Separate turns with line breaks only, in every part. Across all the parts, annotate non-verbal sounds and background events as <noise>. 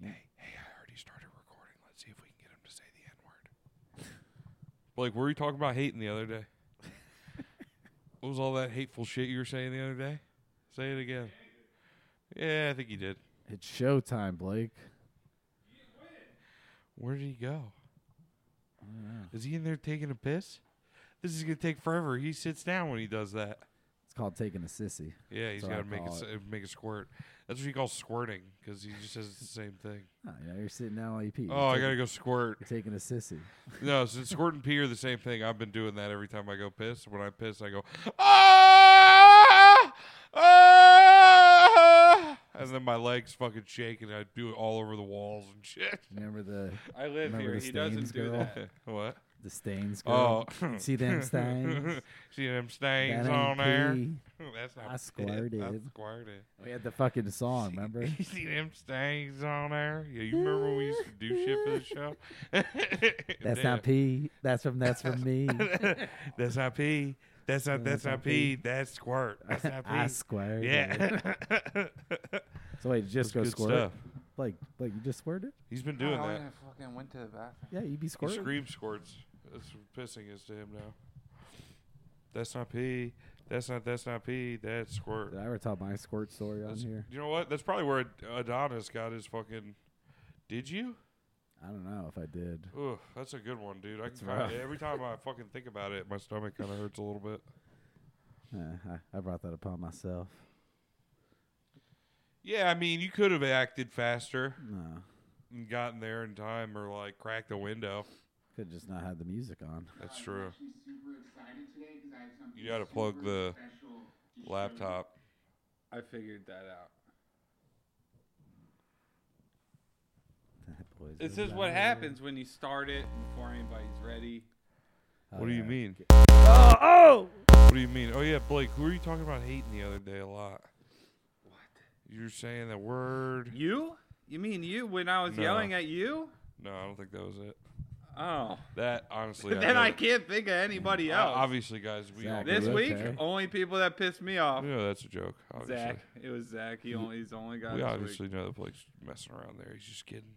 hey, hey, I already started recording. Let's see if we can get him to say the N word. <laughs> like, were you talking about hating the other <laughs> day? what was all that hateful shit you were saying the other day? Say it again. Yeah, I think he did.
It's showtime, Blake.
Where did he go?
I don't know.
Is he in there taking a piss? This is gonna take forever. He sits down when he does that.
It's called taking a sissy.
Yeah, he's
That's
got
what I
to make it,
call
s- make it squirt. That's what he calls squirting because he just says it's the same thing.
Oh, you know, you're sitting down while you pee. You're
Oh, I
taking-
gotta go squirt.
You're taking a sissy.
No, since squirt and pee are the same thing, I've been doing that every time I go piss. When I piss, I go ah, ah, and then my legs fucking shake, and I do it all over the walls and shit.
Remember the
I live
Remember
here.
the
He doesn't
stains
do
girl?
that.
<laughs> what?
the stains? Girl?
Oh, <laughs>
<laughs> see them stains?
See them
That
stains
ain't
on there.
pee.
<laughs> That's not
I
pee.
squirted.
I squirted.
We had the
<laughs>
fucking song. Remember?
You see them stains on there? Yeah, you remember when we used to do shit for the show? <laughs>
That's
Yeah.
not pee. That's from that's from me.
<laughs> that's not pee. That's not. That's,
That's
not
not
pee. That's squirt. That's
<laughs>
not pee.
I squirted.
yeah.
So wait, just
That's
go
good
squirt.
stuff.
Like, like you just squirted?
He's been doing
I
that.
went and fucking went to the bathroom.
Yeah, you be
He
squirting.
scream squirts. That's what pissing is to him now. That's not pee. That's not. That's not pee. That's squirt.
Did I ever tell my squirt story on
That's-
here?
You know what? That's probably where Ad- Adonis got his fucking. Did you?
I don't know if I did.
Ooh, that's a good one, dude. I can
rough.
kinda, every time I fucking think about it, my stomach kind of hurts a little
<laughs>
bit.
Uh, I, I brought that upon myself.
Yeah, I mean, you could have acted faster.
No,
and gotten there in time or like cracked a window.
could just not had the music on.
That's
I'm
true.
actually super excited today 'cause I have something
You gotta plug
super
the
special to show you.
Laptop.
I figured that out.
Boys,
This is what happens when you start it before anybody's ready.
Oh,
What do you mean?
Uh,
What do you mean? Oh yeah, Blake, who were you talking about hating the other day a lot?
What?
You're saying the word
You? You mean you when I was
No.
yelling at you?
No, I don't think that was it.
Oh.
That
<laughs>
honestly I
then I
know-
can't think of anybody
I-
else.
Uh, obviously guys we all
Zach,
this
know,
Okay.
week, only people that pissed me off.
we know that's a joke, obviously.
Zach. It was Zach. He only, he's the only got
We
this
obviously
week.
know that Blake's messing around there. He's just kidding.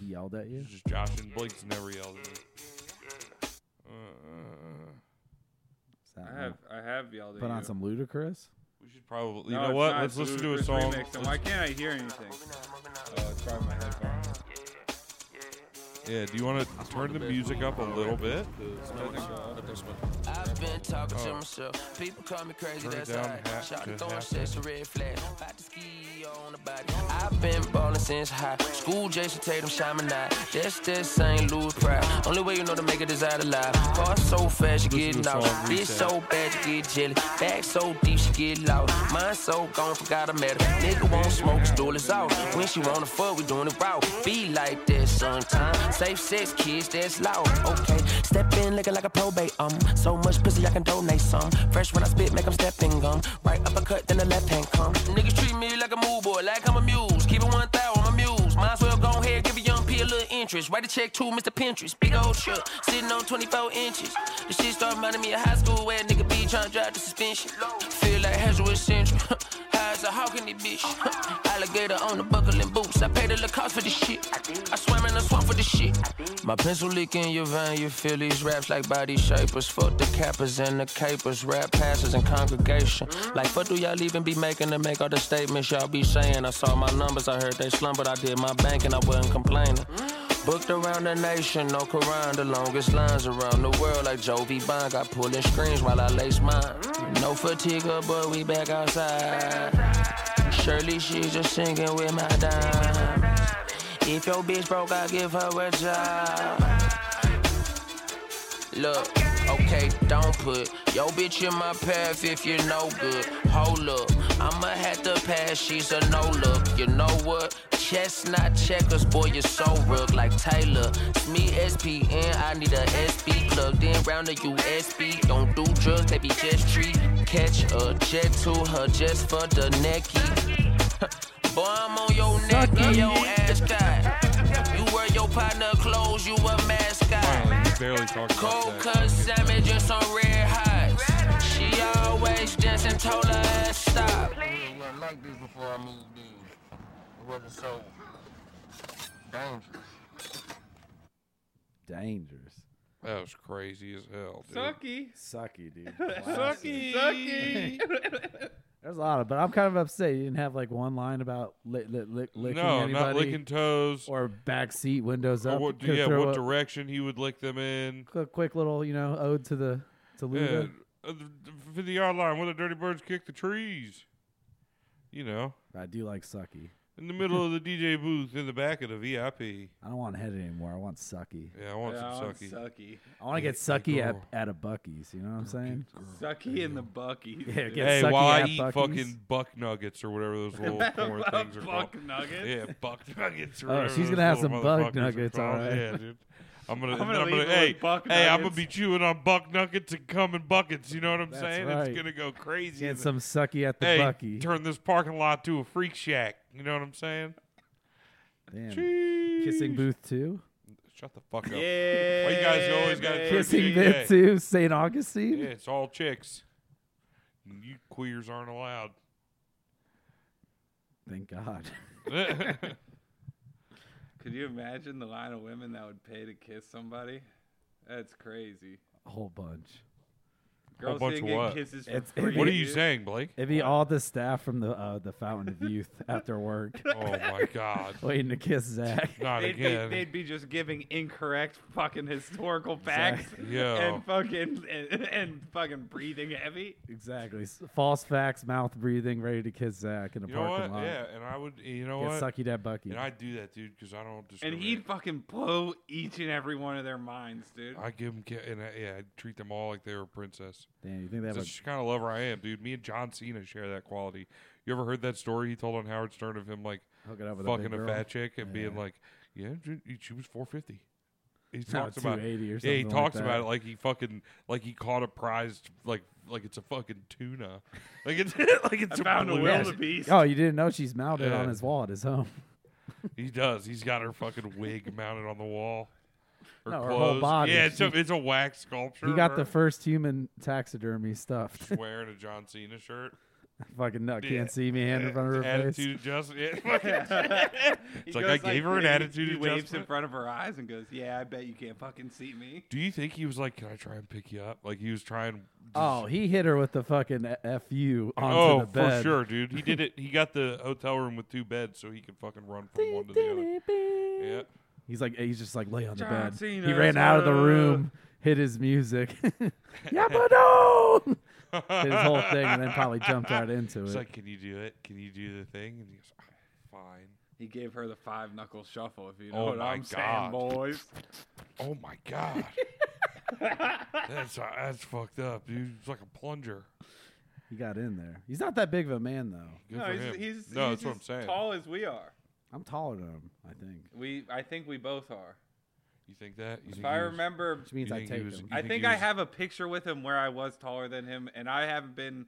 He yelled at you.
He's just joshing. Blake's never yelled at me. Uh,
Is that
I have I have yelled at
put
you.
on some ludicrous.
we should probably. You
No,
know
it's
what?
not.
Let's
It's
listen to a
Ludacris
song.
remix, and
Let's-
why can't I hear anything? Oh, it's probably my headphones.
Yeah, do you want to turn the music up a little bit?
I've been talking
Oh.
to myself. People call me crazy,
Turn it
that's
down
alright.
half
Shot
to
throwing
half.
sets of red flags. About to ski on the body. I've been ballin' since high. School Jason Tatum, Shaman Knight. That's that St. Louis pride. Only way you know to make it is out alive. Car so fast, you
Listen to
get
the
knocked.
song
Bitch
Reset.
so bad, you get jelly. Back so deep, she get loud. Mind so gone, forgot I met her. Nigga won't smoke, his duel is out. When she wanna fuck, we doing it route. Be like that sometimes. Safe sex, kids, that's loud. Okay, step in, looking like a probate. Um, so much pussy, I can donate some. Fresh when I spit, make 'em step in gum. Right uppercut, then the left hand come. Niggas treat me like a move boy, like I'm a muse. Keep it one thousand, I'm a muse. Might as well go ahead, give a young P a little interest. Write a check to Mr. Pinterest. Big old truck, sitting on 24 inches. The shit start reminding me of high school where a nigga be trying to drive the suspension. Feel like Hazard Central. <laughs> High as a hawk in this bitch. <laughs> Alligator on the buckle and boots. I paid a little cost for this shit. I swam in the swamp for this shit. My pencil leak in your vein. You feel these raps like body shapers. Fuck the cappers and the capers. Rap passes and congregation. Like, what do y'all even be making to make all the statements y'all be saying? I saw my numbers. I heard they slumbered. I did my bank and I wasn't complaining. Booked around the nation, no Quran, the longest lines around the world, like Jovi Bond. Got pulling screens while I lace mine. No fatigue, but we back outside. Surely she's just singing with my dime. If your bitch broke, I give her a job. Look, okay, don't put your bitch in my path if you're no good. Hold up, I'ma have to pass, she's a no look. You know what? Chestnut checkers, boy, you're so rook like Taylor. It's me, SPN, I need a SB plugged in round the USB. Don't do drugs, they be just treat. Catch a jet to her just for the necky. <laughs> Boy, I'm on your neck and your ass got. You wear your partner clothes, you a mascot.
Finally, you barely talked
Cold
about that.
cut sandwich and some red hots. She always dancing, told her ass stop.
I wasn't like this before I moved in. It wasn't so
dangerous.
Dangerous.
That was crazy as hell, dude.
Sucky.
Sucky, dude. Classic.
<laughs> Sucky.
Sucky.
There's a lot of, but I'm kind of upset you didn't have like one line about lick, lick, lick, licking
no,
anybody
not licking toes. Or,
or back seat windows up.
what,
Could
yeah,
throw
what
a-
direction he would lick them in.
qu- quick little, you know, ode to the to
Yeah,
Luda.
uh, the the 50 yard line where the dirty birds kick the trees. You know,
I do like sucky.
in the middle of the DJ booth in the back of the VIP.
I don't want head anymore. I want sucky.
Yeah, I want
Yeah,
some
I'm
sucky.
Sucky.
I want to
Yeah,
get sucky at,
girl.
at a Bucky's. You know what I'm saying?
Sucky in the Bucky.
Yeah, get
Hey,
sucky
while I
at
eat
Buc-ee's.
fucking buck nuggets or whatever
<laughs>
those little corn things are called.
Buck nuggets.
Yeah, buck <laughs> nuggets. or
Oh,
whatever
she's
those
gonna have
little
some buck
motherfuckers are
nuggets, all
called.
right.
Yeah, dude. I'm gonna,
<laughs> I'm
I'm
gonna
gonna,
leave her with
hey,
buck
hey, I'm gonna
nuggets.
be chewing on buck nuggets and coming buckets. You know what I'm
That's
saying?
right.
It's gonna go crazy. in
Get
the-
some sucky at the
<laughs> hey,
Bucky.
turn this parking lot to a freak shack. You know what I'm saying?
Damn.
Jeez.
Kissing booth two.
Shut the fuck up.
Yeah.
Why you guys always gotta
baby.
Hey, kiss
Kissing
yeah,
booth
yeah.
two. St. Augustine.
Yeah, it's all chicks. You queers aren't
<laughs>
allowed. <laughs>
Thank God.
Could you imagine the line of women that would pay to kiss somebody? That's crazy.
A whole bunch.
Girls
bunch of
didn't get
what?
kisses for
It's-
free,
what are you
dude.
saying, Blake?
It'd be all the staff from the uh, the Fountain of Youth <laughs> after work
Oh my god.
waiting to
<laughs>
kiss Zach.
Not
They'd be,
again.
they'd be just giving incorrect fucking historical facts
<laughs> Yo.
and fucking and, and fucking breathing heavy.
Exactly. S- False facts, mouth breathing, ready to kiss Zach in a
you know
parking
what?
lot.
Yeah, and I would. You know what?
Get sucky that Bucky.
And I do that, dude, because I don't.
And
discriminate.
he'd fucking blow each and every one of their minds, dude.
I give them, and I, yeah, I treat them all like they were a princess.
Damn, you think they have
That's the kind of lover I am, dude. Me and John Cena share that quality. You ever heard that story he told on Howard Stern of him like
a hooking up with a,
fucking
big
a,
girl? <laughs>
fat chick and being
Yeah.
like, yeah, she- she was four fifty. He
No,
talks about
280 or
yeah, he
something like
talks
that.
about it like he fucking like he caught a prize like like it's a fucking tuna, like it's <laughs> like <laughs> it's
I found a
blue-
Yes.
wildebeest.
Oh, you didn't know she's mounted
Yeah.
on his wall at his home.
He does. He's got her fucking
<laughs>
wig mounted on the wall. Her
No, her
clothes.
whole body.
Yeah, it's a,
She-
it's a wax sculpture.
He got
of
the
her.
first human taxidermy stuffed. <laughs>
She's <laughs> wearing a John Cena shirt.
fucking nut
Yeah.
can't see me hand in front <laughs> of her
attitude
<laughs>
adjustment. Yeah.
He
It's like,
goes
I gave her an
he-
attitude
He waves in
adjustment.
front of her eyes and goes, "Yeah, I bet you can't fucking see me."
Do you think he was like, "Can I try and pick you up?" Like he was trying.
face. Oh, he hit her with the fucking fu onto
Oh,
the
for
bed.
sure, dude. He
<laughs>
did it. He got the hotel room with two beds, so he could fucking run from one to the other. Yeah.
He's like, he's just like lay on the
John
bed.
Cena's
he ran out of the room, hit his music, <laughs> Yappadoo! his whole thing, and then probably jumped right into
It's
it.
like, "Can you do it? Can you do the thing?" And he goes, "Ah, "Fine."
He gave her the five knuckle shuffle, if you know
Oh
what
my
I'm saying,
God.
boys.
Oh my
<laughs>
god. that's uh, that's fucked up, dude. It's like a plunger.
he got in there. He's not that big of a man though.
Good
no,
for
he's,
him.
he's
no,
he's
that's what I'm
as
saying.
Tall as we are,
I'm taller than him, I think.
we I think we both are.
You think that? You
If
think
I
he was-
remember,
Which means
You
I
think he
take
was-
him.
you
I
think
think
he
I
was-
have a picture with him where I was taller than him, and I haven't been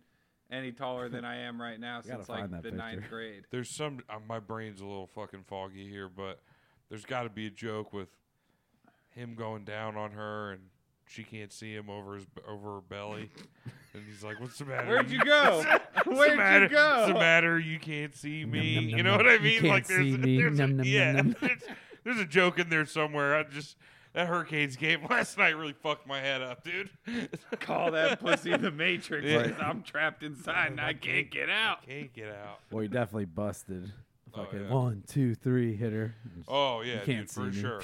any taller than I am
<laughs>
right now
gotta
since
find
like the
that
ninth
picture.
grade.
There's some. Uh, my brain's a little fucking foggy here, but there's got to be a joke with him going down on her and she can't see him over his over her
<laughs>
belly, and he's like, "What's the matter? <laughs>
Where'd you go?
What's the
<laughs> Where'd
matter?
you
What's the
go?
matter? You can't see me.
nom,
you
nom,
know
nom.
what I
You
mean?
can't
like there's,
see me.
there's
Nom, nom,
yeah,
nom, nom.
<laughs> There's, there's a joke in there somewhere. I just that Hurricanes game <laughs> last night really fucked my head up, dude. <laughs>
Call that pussy the Matrix.
Yeah.
'cause I'm trapped
<laughs>
inside and I can't get out.
Can't get out.
Well, he definitely busted.
Oh,
Fucking
yeah.
one, two, three hitter.
Oh yeah,
can't
dude,
see
for
me.
sure.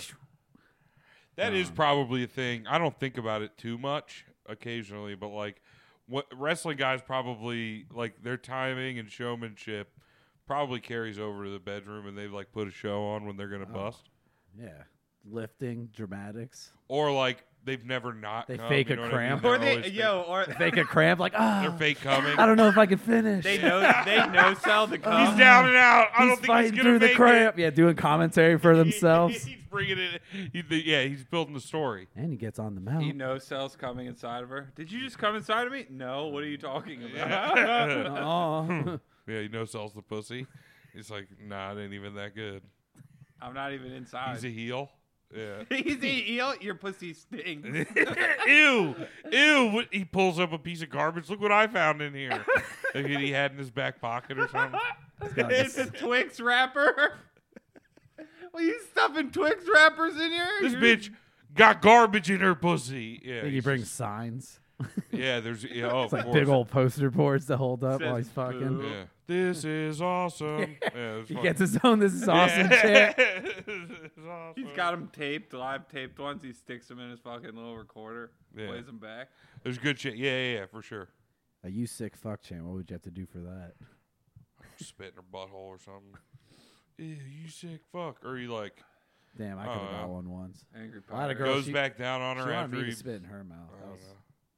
That is probably a thing. I don't think about it too much occasionally, but like what wrestling guys probably like their timing and showmanship probably carries over to the bedroom and they like put a show on when they're going to
Oh.
bust
Yeah. Lifting, dramatics.
or like they've never not
They
come,
fake
you
a
know what
cramp.
I mean?
Or
They're
they,
always
yo, or
<laughs>
Fake a cramp, like,
fake,
ah,
they're fake coming.
I don't know if I can finish.
they know they know sell the cum.
he's down and out. I
he's
don't think he's
fighting
going to
through the
make
cramp. Yeah, doing
<laughs>
commentary for
it.
themselves.
he's bringing it. He, yeah, he's building the story.
and he gets on the mount.
He no cells coming inside of her. Did you just come inside of me? No. What are you talking
<laughs>
about?
Yeah. hmm.
<laughs> Aw.
Yeah, he no sells the pussy. He's like, nah, it ain't even that good.
<laughs> I'm not even inside.
He's a heel. Yeah.
<laughs>
<laughs>
He's a eel. Your pussy stinks.
ew, ew. What, he pulls up a piece of garbage. Look what I found in here. Like, he had
<laughs>
in his back pocket or something.
got
it's a Twix wrapper. <laughs> well, You stuffing Twix wrappers in here?
This
<laughs>
You're-
bitch got garbage in her pussy. Yeah,
I think he
he's
brings
just- <laughs>
signs.
Yeah, there's yeah, oh,
<laughs> It's
of
like
course.
big old poster boards to hold up while
Says
he's fucking.
boo.
Yeah. This is
<laughs>
awesome. Yeah, it's
He
fucking- <laughs>
gets his own. This is awesome shit.
It's awesome.
He's got them taped, live taped ones. He sticks them in his fucking little recorder,
Yeah.
plays them back.
There's good shit. Yeah, yeah, yeah, for sure.
A you sick fuck champ. What would you have to do for that?
Spit in her butthole or something. Ew, you sick fuck. Or he like
Damn, I could have
Oh, yeah.
got one once.
Angry
A lot
pirate.
of Girl,
goes
she-
back down on
She
her
wanted
after
me
he
to spit in her mouth.
I
That
don't
was,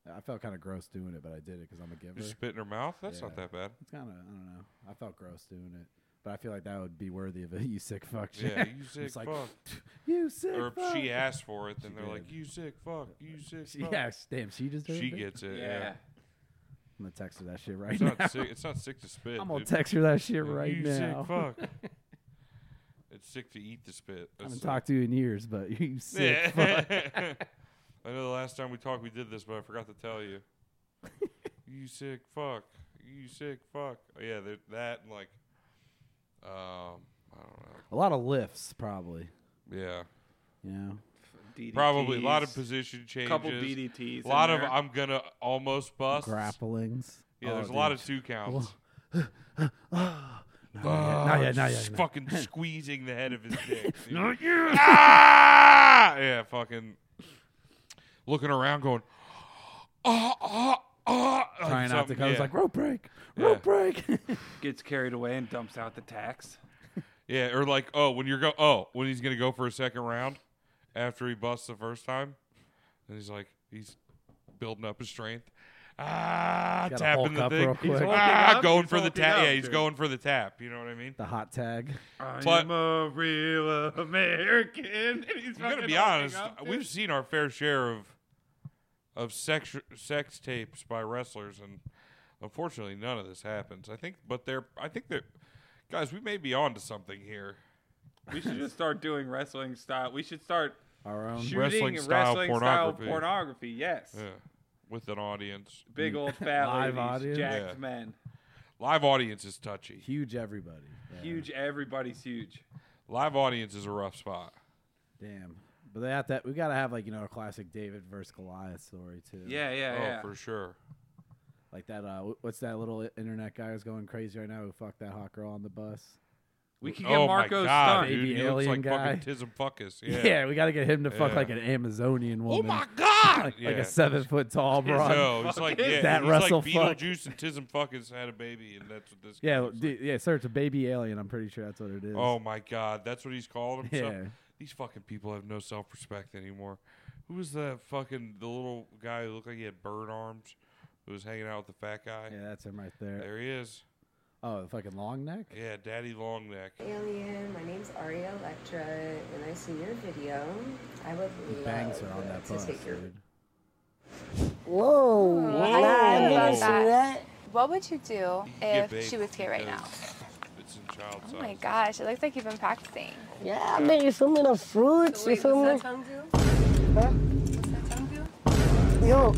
I felt kind of gross doing it, but I did it because I'm
<laughs>
a giver.
just spit in her mouth. That's not
Yeah.
that
<laughs>
bad.
It's kind of I don't know. I felt gross doing it, but I feel like that would be worthy of a <laughs> you sick fuck shit.
Yeah, you
<laughs> It's
sick
like,
fuck.
You sick.
Or if
fuck.
she asked for it, then
She
they're like,
did.
"You sick fuck, you sick
She-
fuck."
yeah, sh- damn, she deserved
she
it.
gets it. Yeah,
Yeah.
I'm gonna text her that shit right
it's
<laughs> now.
not sick. It's not sick to spit.
I'm gonna
dude.
text her that shit
Yeah,
right
you
now. <laughs>
sick fuck. it's sick to eat the spit.
I
That's
haven't
sick.
talked to you in years, but you sick.
<laughs> Yeah.
fuck.
<laughs> I know the last time we talked, we did this, but I forgot to tell
<laughs>
you. you sick fuck. You sick fuck. Oh, yeah, there- that and like, um, I don't know.
A lot of lifts, probably.
Yeah,
You know,
DDTs,
probably a lot of position
A
changes.
couple DDTs.
a lot
in
of
there.
I'm gonna almost bust.
grapplings.
Yeah,
Oh,
there's
dude.
a lot of two counts.
not yet, not yet,
Just
not yet. <laughs>
Fucking squeezing the head of his dick. dude. <laughs>
Not yet.
ah! Yeah, fucking looking around, going, ah, ah, ah. like
Trying not to
something-
come. It's
yeah.
like rope break, rope
Yeah.
break. <laughs>
gets carried away and dumps out the tax.
Yeah, or like, oh, when you're go, oh, when he's gonna go for a second round after he busts the first time, and he's like, he's building up his strength. Ah,
Gotta
tapping
hulk
the
up
thing.
real quick.
ah,
Hulking up,
going
he's
for the
hulking
tap.
up,
Yeah, he's
dude.
going for the tap. You know what I mean?
the hot tag.
But-
I'm a real American. <laughs> And he's
I'm gonna
fucking
be
hulking
honest.
up, dude.
We've seen our fair share of of sex sex tapes by wrestlers, and unfortunately, none of this happens. I think, but they're. I think that guys, we may be onto something here.
We should just start doing wrestling style. We should start
Our own.
shooting
Um, Wrestling
wrestling
style
style,
pornography.
pornography. Yes,
Yeah, uh, with an audience. <laughs>
big old fat
Live
ladies,
audience.
jacked
Yeah.
men,
Live audience is touchy.
Huge everybody. Yeah.
huge. Everybody's huge.
Live audience is a rough spot.
Damn. But they have that. We gotta have like you know a classic David versus Goliath story too.
Yeah, yeah,
oh,
yeah.
for sure.
Like that. Uh, wh- what's that little i- internet guy who's going crazy right now? Who fucked that hot girl on the bus?
we could get
oh
Marco
my god,
stunned.
dude,
Baby
he looks like
alien guy.
fucking Tism
<laughs>
Fuckus.
Yeah.
Yeah.
we gotta get him to fuck
Yeah.
like an Amazonian
Oh
woman.
my god!
<laughs> Like,
yeah.
like a seven foot tall broad.
No, it's
<laughs>
like
Fuckus.
yeah,
That
he's
Russell
like
fuck.
Beetlejuice and Tism Fuckus had a baby, and that's what this. guy
Yeah,
looks
d- yeah. Search a baby alien. I'm pretty sure that's what it is.
like. Oh my god, that's what he's calling himself.
<laughs> Yeah.
These fucking people have no self respect anymore. Who was that fucking the little guy who looked like he had bird arms, who was hanging out with the fat guy?
yeah, that's him right there.
There he is.
Oh, the fucking long neck.
Yeah, Daddy Long Neck.
Alien, my name's Aria Electra, and I see your video. I would
The
love
bangs are on that
to
bus,
take your
dude.
Whoa.
Whoa.
I
Whoa.
didn't see that.
What would you do
You can get
if she
baked
was here right now?
because It's in child size.
Oh my gosh, it looks like you've been practicing.
Yeah, man, you feel me? The fruits, you feel me? Yo,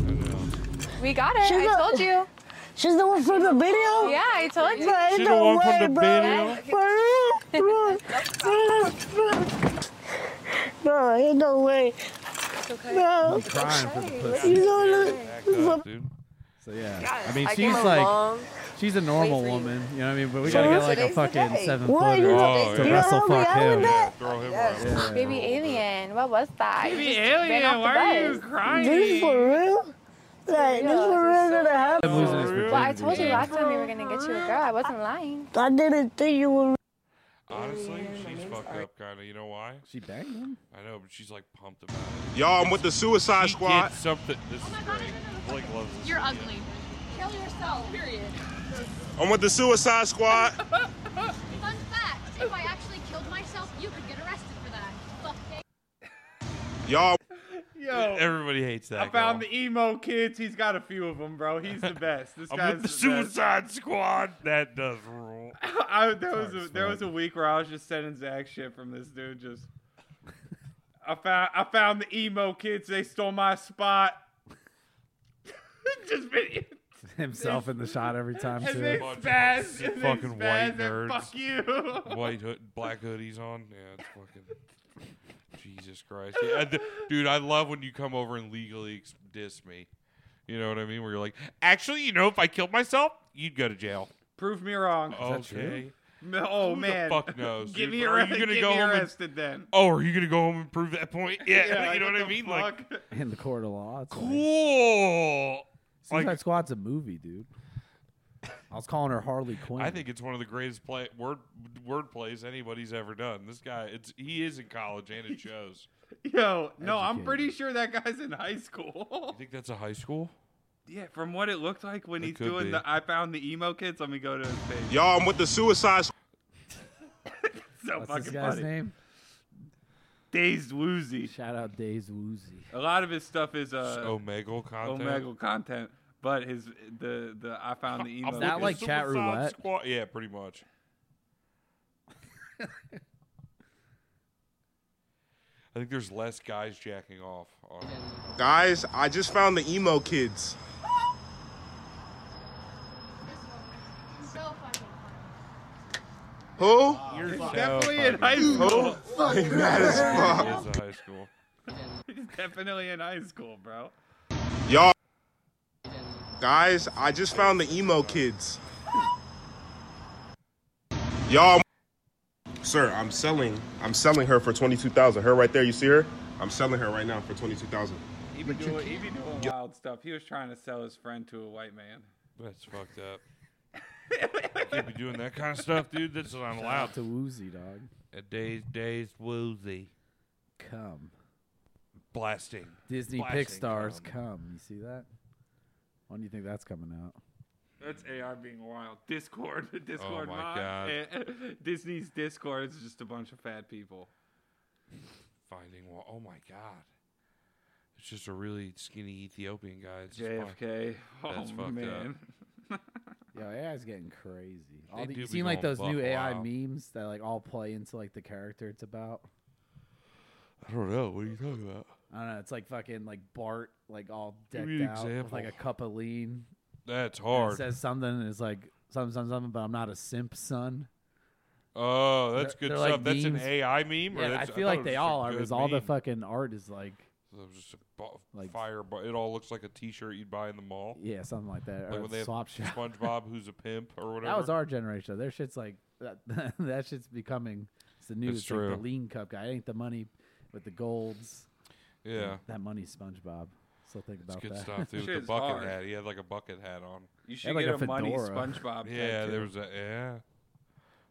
We got it.
She's
I
not-
told
<laughs>
you.
she's the one from the video?
Yeah, I told you.
Bro,
She the
no
one from
way,
the
bro.
video?
For real, bro. Bro, bro. <laughs> Bro, ain't no way. Bro.
Crying for the
You
pussy.
know, look.
Back up, dude.
So yeah, I mean
I
she's
came a
like
long-
she's a normal
for you.
woman, you know what I mean? But we
So
gotta get
what's
like a
today's the
fucking
day?
seven
What? You
footer
Oh,
know,
yeah.
to
you know
wrestle
how many
fuck
I
him.
would that?
Throw him
Yes.
around.
Yeah.
Baby alien, what was that? You
Baby
just ran
alien,
off
why are you
the bus.
This
crying?
for real? Like, this for real gonna happen?
I'm losing his
Well,
Well, I
virginity.
told you last time we were gonna get you a girl. I wasn't lying.
I didn't think you would.
Honestly, she's fucked up, kind of. You know why?
She banged him. <laughs>
I know, but she's like pumped about it.
Y'all, I'm with the Suicide
She
Squad.
gets something. This is great. Blake loves this. You're ugly.
Kill yourself, period.
I'm with the Suicide Squad.
<laughs> Fun fact, if I actually killed myself, you could get arrested for that. Fuck
Y'all,
Yo,
Everybody hates that.
Oh. I found
girl.
the emo kids. He's got a few of them, bro. He's the best.
<laughs>
This
I'm
guy's
with the
best.
Suicide Squad. That does rule.
I, there was
Sorry,
a, there was a
Swag.
week where I was just sending Zach shit from this dude. Just I found I found the emo kids. They stole my spot. <laughs> just been
himself in the shot every time
And
too.
they spaz, and they
fucking
spaz,
white
and
nerds.
fuck you.
white hood, black hoodies on. Yeah, it's fucking <laughs> Jesus Christ. Yeah, I d- dude, I love when you come over and legally ex- diss me. You know what I mean? Where you're like, actually, you know, if I killed myself, you'd go to jail.
Prove me wrong.
that true?
okay.
No, oh
Oh. Who the
man.
fuck knows,
Give
dude?
me,
Are
arre-
you gonna
get
go
me
home and-
arrested then.
Oh, are you gonna go home and prove that point? Yeah, <laughs> you know what, I mean. Like,
Like,
in the court of law. It's like,
cool.
Suicide
Like-
Squad's a movie, dude. I was calling her Harley Quinn.
I think it's one of the greatest play word word plays anybody's ever done. This guy, it's he is in college and <laughs> it shows.
<laughs> yo, no, I'm
Educated.
pretty sure that guy's in high school.
<laughs> You think that's a high school?
yeah, from what it looked like when
It
he's
could
doing
be.
the I found the emo kids. Let me go to his page.
Y'all, I'm with the Suicide Squad.
<laughs> So
What's this
fucking
guy's
funny.
name?
Dazed Woozy.
Shout out Days Woozy.
A lot of his stuff is
It's
uh,
Omegle content.
Omegle content, but his the the I found
<laughs>
the emo.
I'm
that
with
like
kids-
the
chat
Suicide
roulette?
Squad- Yeah, pretty <laughs> much. I think there's less guys jacking off. On
Guys, I just found the emo kids.
So fucking funny.
Who?
You're so
definitely in high
fucking-
school.
Mad as fuck.
It is a high school.
He's <laughs> definitely in high school, bro.
Y'all. Guys, I just found the emo kids. Y'all. Sir, I'm selling. I'm selling her for twenty-two thousand. Her right there. You see her? I'm selling her right now for twenty-two thousand.
He be doing he be doing wild stuff. He was trying to sell his friend to a white man.
That's fucked up. Can't be doing that kind of stuff, dude. That's not
Shout out
allowed.
to Woozy, dog.
A days, days, woozy.
Come.
Blasting.
Disney
Flashing
Pixar's
come.
come. You see that? When do you think that's coming out?
That's AR being wild. Discord, <laughs> Discord,
Oh my
mod.
God.
Eh, <laughs> Disney's Discord is just a bunch of fat people.
Finding wa- Oh my god. It's just a really skinny Ethiopian guy. It's just fine.
JFK. Oh
That's fucked up.
man.
Yo, AI's getting crazy. All
They
the,
do
you
be
seen like
going
those new
buck
AI
wild.
memes that like all play into like the character it's about.
I don't know. What are you talking about?
I don't know. It's like fucking like Bart, like all
Give
decked
me an
out with like a
example.
cup of lean.
That's
and it
hard.
says something and it's like something, something, something. But I'm not a simp, son.
Oh, that's
They're-
good
they're like
stuff. that's an
memes.
AI meme. or
Yeah, I
that's-
feel
thought
like
it
they
was
all
a
are.
good
Because all the
meme.
fucking art is like
It was just a bu-
Like-
fire. Bu- it all looks like a T-shirt you'd buy in the mall.
yeah, something like that.
Like
or
when they have
swap shop.
SpongeBob, who's a pimp, or whatever.
<laughs> That was our generation. though. Their shit's like that. <laughs> that shit's becoming. It's the new.
It's
It's, like
true.
the lean cup guy. It ain't the money with the golds.
yeah.
That money's SpongeBob. Still think
It's
about
good
that. <laughs>
stuff, dude.
Shit
With the
is
bucket
hard.
hat. He had like a bucket hat on.
You should
like,
get
a
a, money
fedora.
SpongeBop.
Yeah,
tattoo.
there was a yeah.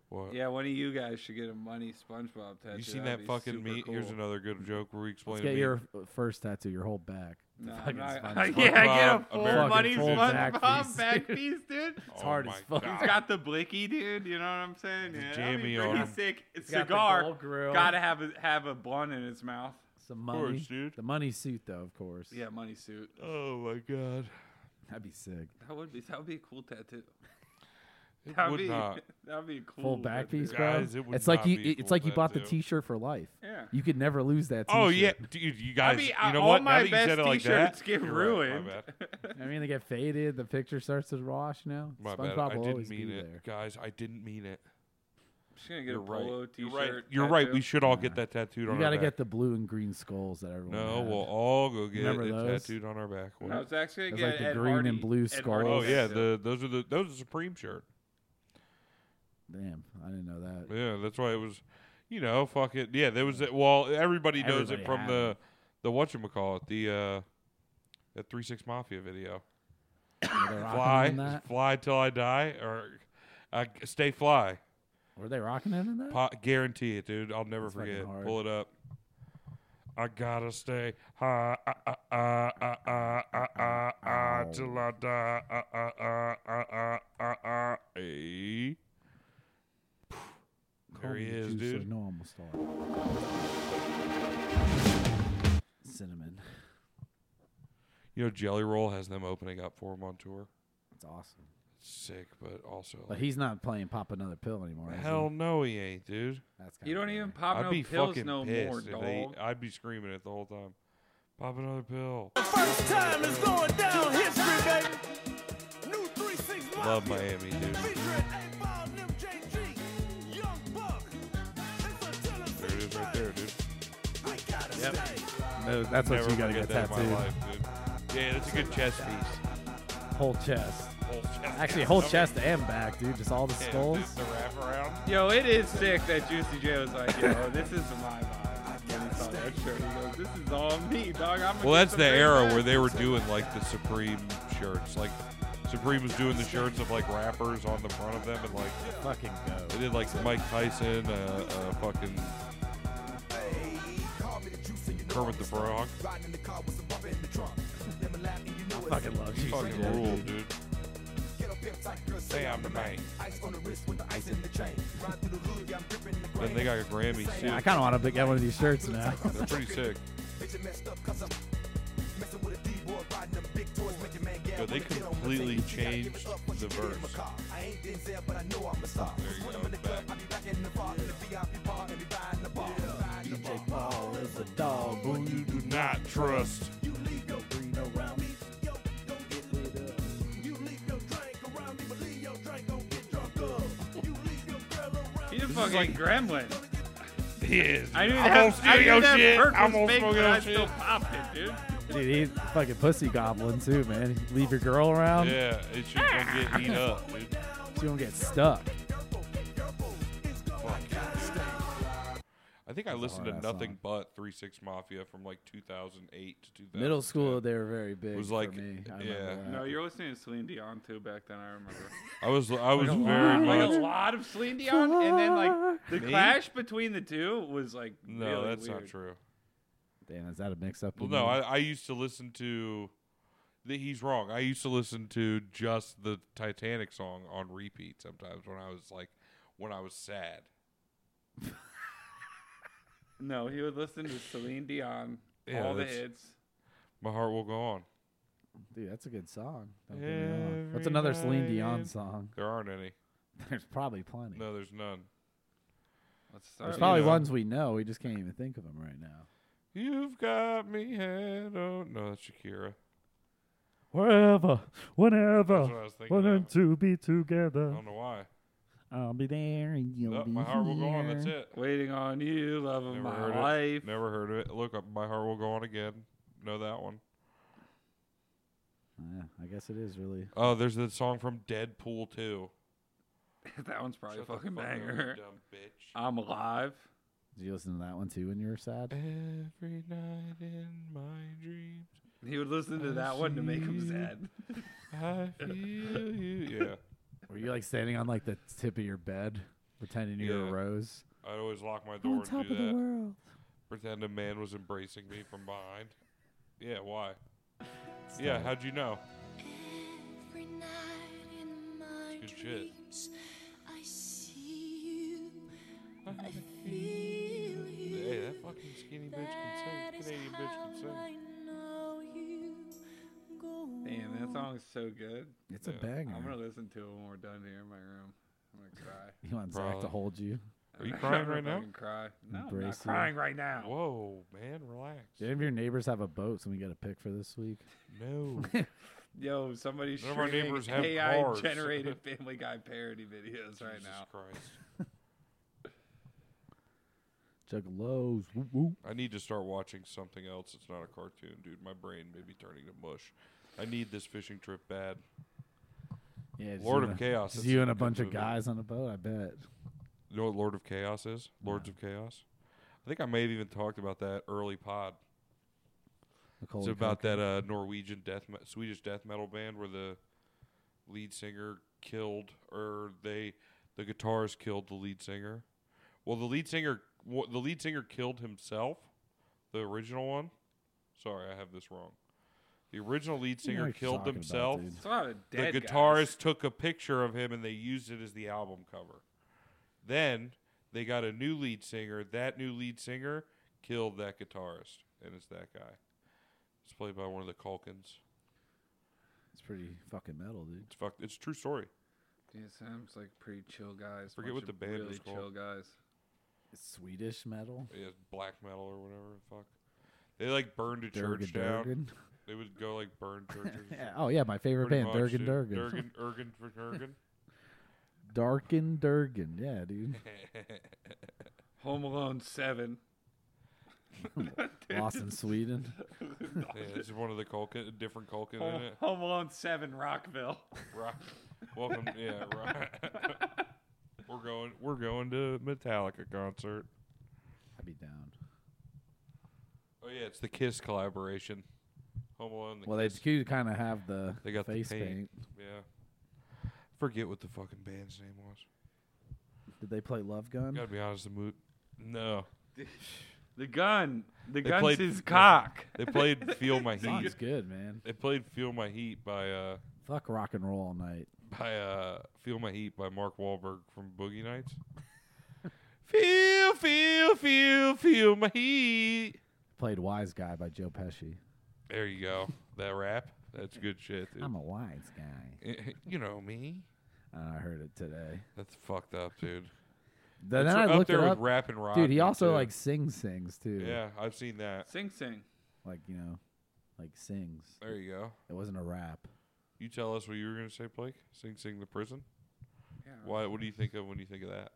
What?
Yeah, one of you guys should get a money SpongeBob tattoo.
you seen that
That'd be
fucking
super
meme? Here's
cool.
another good joke where we explain.
Let's
a
get
meme.
your f- first tattoo. Your whole back. The
Nah, I'm
fucking
not-
SpongeBob.
<laughs> yeah, get a
SpongeBob
full
American
money
Full
back
SpongeBob
piece.
back piece,
<laughs>
dude.
It's
hard as fuck.
He's got the blicky, dude. You know what I'm saying?
It's a
Yeah, that'd be
jammy on
pretty
him.
sick. It's
got the
cigar.
gold grill.
Gotta have a, have a blunt in his mouth.
Some
Of
money.
course, dude.
The money suit, though, of course.
Yeah, money suit.
Oh my god.
that'd be sick.
That would be that would be a cool tattoo.
It
That
would
would be <laughs>
not.
that would be a cool.
Full back
tattoo.
piece, bro.
Guys, it would
it's like
not
you.
be
it's like
cool
you bought the
tattoo.
T-shirt for life.
Yeah.
You could never lose that. T-shirt.
Oh yeah, dude. You guys,
mean, I-
you know
all
what?
my
now that you said
best
it like
t-shirts
that,
get
you're
ruined. <laughs>
Right,
I mean, they get faded. The picture starts to wash. You know,
my bad. My
SpongeBob
bad. I
will always
didn't mean
be
it,
there.
guys. I didn't mean it.
Just gonna get
You're
a polo
right. You're
t-shirt.
right. You're right. We
tattoo.
should all get that tattooed on.
You gotta
our back.
get the blue and green skulls that everyone.
No,
had.
we'll all go get
Remember
it
those?
tattooed on our back.
I was actually
It's
gonna
like
get
the
Ed
green and
Hardy-
blue
Ed Hardy
Oh
skulls.
yeah,
tattoo.
the those are the those are Supreme shirt.
Damn, I didn't know that.
Yeah, that's why it was, you know, fuck it. Yeah, there was that. Well, everybody knows
Everybody
it from
had
the the whatchamacallit, the uh, that three six mafia video.
Were they
fly,
rocking it in that?
fly till I die, or uh, stay fly.
Were they rocking it in that?
Po- guarantee it, dude. I'll never
That's fucking
forget.
hard.
Pull it up. I gotta stay high uh, uh, uh, uh, uh, uh, uh, uh,
Oh.
till I die. Uh, uh, uh, uh, uh, uh, uh. Hey.
Call
There he
me the
is,
juice, I
dude.
know I'm a star. Cinnamon.
You know, Jelly Roll has them opening up for him on tour.
It's awesome.
Sick, but also
But
like,
he's not playing Pop Another Pill anymore. is he?
hell no, he ain't, dude.
That's
You
kinda
don't
gay.
even pop
I'd
no
be
pills
fucking
no
pissed
more,
if they,
dog.
I'd be screaming it the whole time. Pop another pill.
First time is going down history, baby.
Love Miami, dude. There it is right there, dude.
Yep. No, that's what
Never
you gotta
forget
get
that in
tattooed.
my life, dude. Yeah, that's a good chest piece.
Whole chest.
Whole chest.
Actually, whole
Okay.
chest and back, dude. Just all the
Yeah,
skulls.
just the wraparound.
Yo, it is sick that Juicy J was like, yo, this is my vibe. When he saw that shirt, he goes, this is all me, dog. I'm
Well, that's the era where they were doing like the Supreme shirts. Like Supreme was doing the shirts of like rappers on the front of them, and like
fucking go.
They did like Mike Tyson, uh, uh fucking Kermit the Frog.
Fucking love Juicy
Fucking
J.
rule, dude. Say I'm the man. Then they got a Grammy too.
I kind of want to get one of these shirts now. <laughs>
They're pretty sick. Yo, they completely changed the verse. There you go, back.
DJ Paul is a dog
who you do not trust.
He's a fucking gremlin.
He is.
I knew
I'm
that,
on
I
studio
knew that
shit.
perk
I'm
was
on
fake, but
studio
I still
shit.
popped it, dude.
Dude, he's fucking pussy goblin too, man. You Leave your girl around.
Yeah, it should gonna
<laughs>
get eat up, dude.
She gonna get stuck.
Fuck yeah, dude. I think I listened to
hard-ass
nothing but Three Six Mafia from like 2008 to 2000.
Middle school, they were very big.
was like,
for me. I remember
yeah.
that.
No, you're listening to Celine Dion too back then. I <laughs> remember.
I was I was
like a
very
lot,
much.
like a lot of Celine Dion, and then like the
Me?
clash between the two was like
no,
really
that's
weird.
not true.
Damn, is that a mix up?
Well, no, I, I used to listen to. The, he's wrong. I used to listen to just the Titanic song on repeat sometimes when I was like, when I was sad.
No, he would listen to Celine Dion,
Yeah,
all the
that's-
hits.
My heart will go on.
Dude, that's a good song. Don't get me wrong. That's another Celine Dion song. <laughs>
There aren't any.
There's probably plenty.
No, there's none.
Let's start.
There's probably
you know.
ones we know. We just can't even think of them right now.
You've got me head on. No, that's Shakira.
Wherever,
That's what I
whenever,
was thinking
wanting
of.
to be
I
together,
don't know why.
I'll be there and uh, you'll
Oh,
be
my heart will go on. That's
here.
it.
Waiting on you, love of
Never heard
my life.
it. Never heard of it. Look up. My heart will go on again. Know that one.
Yeah, I guess it is really.
Oh, there's the song from Deadpool too.
<laughs> that one's probably
Shut
a
the
fucking Uh,
fuck up, you
banger.
dumb bitch.
I'm alive.
Did you listen to that one too when you were sad?
Every night in my dreams,
He would listen to that one to make him sad. <laughs>
I feel you. Yeah.
Were you like standing on like the tip of your bed, pretending you were
Yeah.
a rose?
I'd always lock my
I'm
door and do that.
world.
Pretend a man was embracing me from behind. Yeah. Why? yeah. How'd you know? It's good shit. Hey, that fucking skinny bitch can sing. Canadian bitch can sing.
Damn, that song is so good.
It's a banger.
I'm gonna listen to it when we're done here in my room. I'm gonna cry.
you want Zach
Probably.
to hold you?
Are <laughs> you
I'm
crying
<laughs> gonna
right now?
fucking Cry. No, I'm
Embrace
not
it.
crying right now.
Whoa, man, relax.
Do any of your neighbors have a boat? So we get a pick for this week.
No.
Yo, somebody's
None of our
shooting
neighbors have
AI
cars.
generated Family Guy parody videos <laughs> right
Jesus
now.
Christ.
Juggalos. Whoop, whoop.
I need to start watching something else that's not a cartoon, dude. My brain may be turning to mush. I need this fishing trip bad.
Yeah, just
Lord
you
of
and a-
Chaos,
Just
that's
you
a
and a
good
bunch of
movie.
guys on a boat. I bet.
You know what Lord of Chaos is? Lords of Chaos? I think I may have even talked about that early pod.
Nicole
it's
and
about
Coco.
that uh, Norwegian death, me- Swedish death metal band where the lead singer killed, or they, the guitarist killed the lead singer. Well, the lead singer, wa- the lead singer killed himself, the original one. Sorry, I have this wrong. The original lead
You know
singer
what you're
killed
talking about,
himself.
dude.
It's a lot of
the
dead
guitarist
guys.
took a picture of him and they used it as the album cover. Then they got a new lead singer. That new lead singer killed that guitarist, and it's that guy. It's played by one of the Culkins.
It's pretty fucking metal, dude.
It's fuck. It's a true story.
Dude, it sounds like pretty chill guys.
Forget
Bunch
what
of
the band
really
was called.
Chill guys.
It's Swedish metal.
It's black metal or whatever. the Fuck. They like burned a church
Durga
down.
Durgan.
They would go like burn churches.
<laughs> Yeah, oh, yeah, my favorite
Pretty
band,
much,
Durgan
dude.
Durgan.
Durgan, <laughs> Ergen, Ergen.
Darkin Durgan. Yeah,
<laughs>
dude.
Home Alone Seven.
<laughs> Lost in Sweden.
yeah, it's one of the Culkin, a different Culkin in
Home,
it.
Home Alone Seven, Rockville.
Rock. Welcome, yeah, <laughs> right. we're going. We're going to Metallica concert.
I'd be down.
Oh yeah, it's the Kiss collaboration. Home Alone. The
Well, they
Kiss.
do kind of have the
They got
face
the
paint.
paint. Yeah. Forget what the fucking band's name was.
Did they play Love Gun?
Gotta be honest, the mood. No.
The gun. The
They
gun's
played-
his cock.
<laughs> They played "Feel My
Song's
Heat."
good, man.
They played "Feel My Heat" by uh
Fuck rock and roll all night.
by uh "Feel My Heat" by Mark Wahlberg from Boogie Nights. <laughs> feel, feel, feel, feel my heat.
Played Wise Guy by Joe Pesci.
There you go. That rap. That's good shit. Dude.
I'm a wise guy.
<laughs>
Uh,
you know me.
I heard it today.
That's fucked up, dude.
<laughs> Then,
It's
I
up
looked
there
it
with
up.
rap and
Dude, he
Rocky,
also
too.
like sing sings too.
Yeah, I've seen that.
Sing, sing.
Like you know, like sings.
There you go.
It wasn't a rap. <laughs>
You tell us what you were gonna say, Blake. Sing, sing the prison.
Yeah, I
Why? What do you think of when you think of that?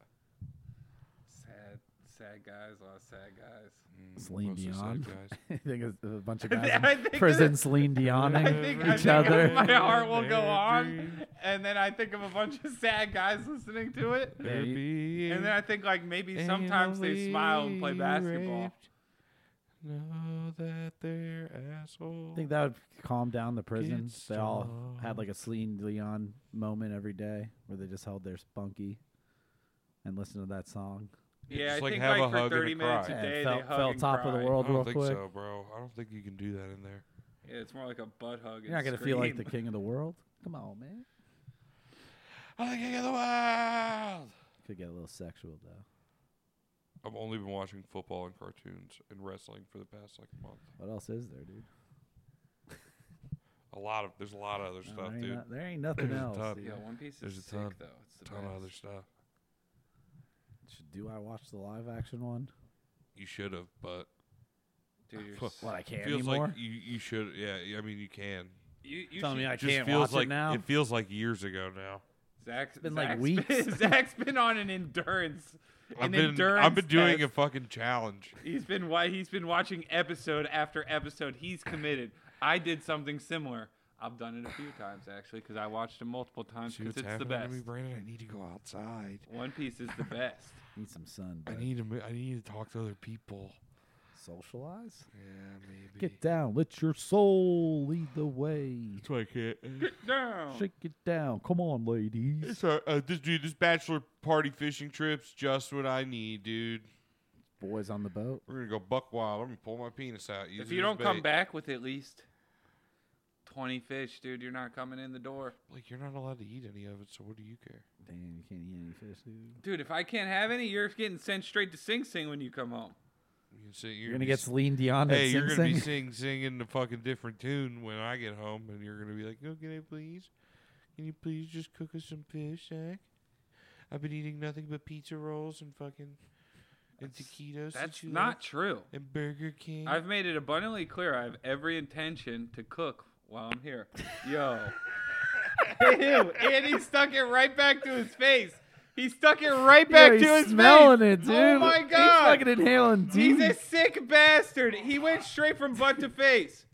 Sad, sad guys. A lot of sad
<laughs>
guys.
Mm,
Celine
mostly sad
Dion. <laughs>
guys.
I think it's a bunch of
<laughs> I
guys
think
in
it
prison
is.
Celine Dionning
<laughs> I think, I
each
think
other. <laughs>
my heart will go
Their
on,
dreams.
and then I think of a bunch of sad guys listening to it,
Yeah, you-
and then I think like maybe sometimes they smile and play basketball.
Know that they're assholes.
I think that would calm down the prison.
Gets
They all had like a Celine Dion moment every day where they just held their spunky and listened to that song.
Yeah,
Just,
I
like,
think
have
like
a
for
hug and a
30 minutes
cry.
a
Yeah,
day
felt-
they hug
felt
and
top
cry.
of the
I
world
don't
real
think
quick.
so, bro. I don't think you can do that in there.
Yeah, it's more like a butt hug.
You're not gonna feel like the king of the world. Come on, man.
I'm the king of the world.
Could get a little sexual though.
I've only been watching football and cartoons and wrestling for the past like month.
What else is there, dude?
A lot of there's a lot of other
No,
stuff,
there, ain't
dude.
no- there ain't nothing
There's a
else.
ton.
dude.
Yeah, One Piece is
There's a
sick
ton,
though. It's the
ton of
best.
other stuff.
Should- Do I watch the live action one?
You should have, but
Dude,
<laughs>
you're
Fuck.
s-
What I can't
feels
anymore.
like you you should. Yeah, I mean you can.
you, you
Tell me
should-
I
It just
can't
feels
watch
like
it now.
it feels like years ago now.
Zach's
been, like,
Zach's
weeks.
Been, <laughs> Zach's been on an endurance.
I've
an
been
endurance
I've been doing a
test.
fucking challenge.
He's been why he's been watching episode after episode. He's committed. I did something similar. I've done it a few times actually because I watched it multiple times
See
because
what's
it's the
happening to
best.
me, Brandon? I need to go outside.
One Piece is the best.
<laughs> Need some sun.
I
bud.
need to mo- I need to talk to other people.
socialize.
Yeah, maybe.
Get down. Let your soul lead the way.
That's why I can't. <laughs>
Down.
Shake it down. Come on, ladies.
It's a, uh, this dude, this bachelor party fishing trip's just what I need, dude.
Boys on the boat.
We're gonna go buck wild. I'm gonna pull my penis out. use
If
it
you
as
don't come
bait.
back with at least twenty fish, dude, you're not coming in the door.
like you're not allowed to eat any of it. So what do you care?
Damn, you can't eat any fish, dude.
Dude, if I can't have any, you're getting sent straight to Sing Sing when you come home.
You can sit,
You're gonna get Celine Dion. at
Hey, you're
Sing
gonna be
Sing.
sing, singing a fucking different tune when I get home, and you're gonna be like, "Oh, can I please? Can you please just cook us some fish, Zach? I've been eating nothing but pizza rolls and fucking and taquitos. since
That's
you
not
left,
true.
and Burger King.
I've made it abundantly clear I have every intention to cook while I'm here. Yo.
<laughs>
Ew. And he stuck it right back to his face. He stuck it right back
Yo, he's
to his
smelling
face.
it, dude.
Oh my god.
He's fucking inhaling deep.
He's a sick bastard. He went straight from butt
<laughs>
to face.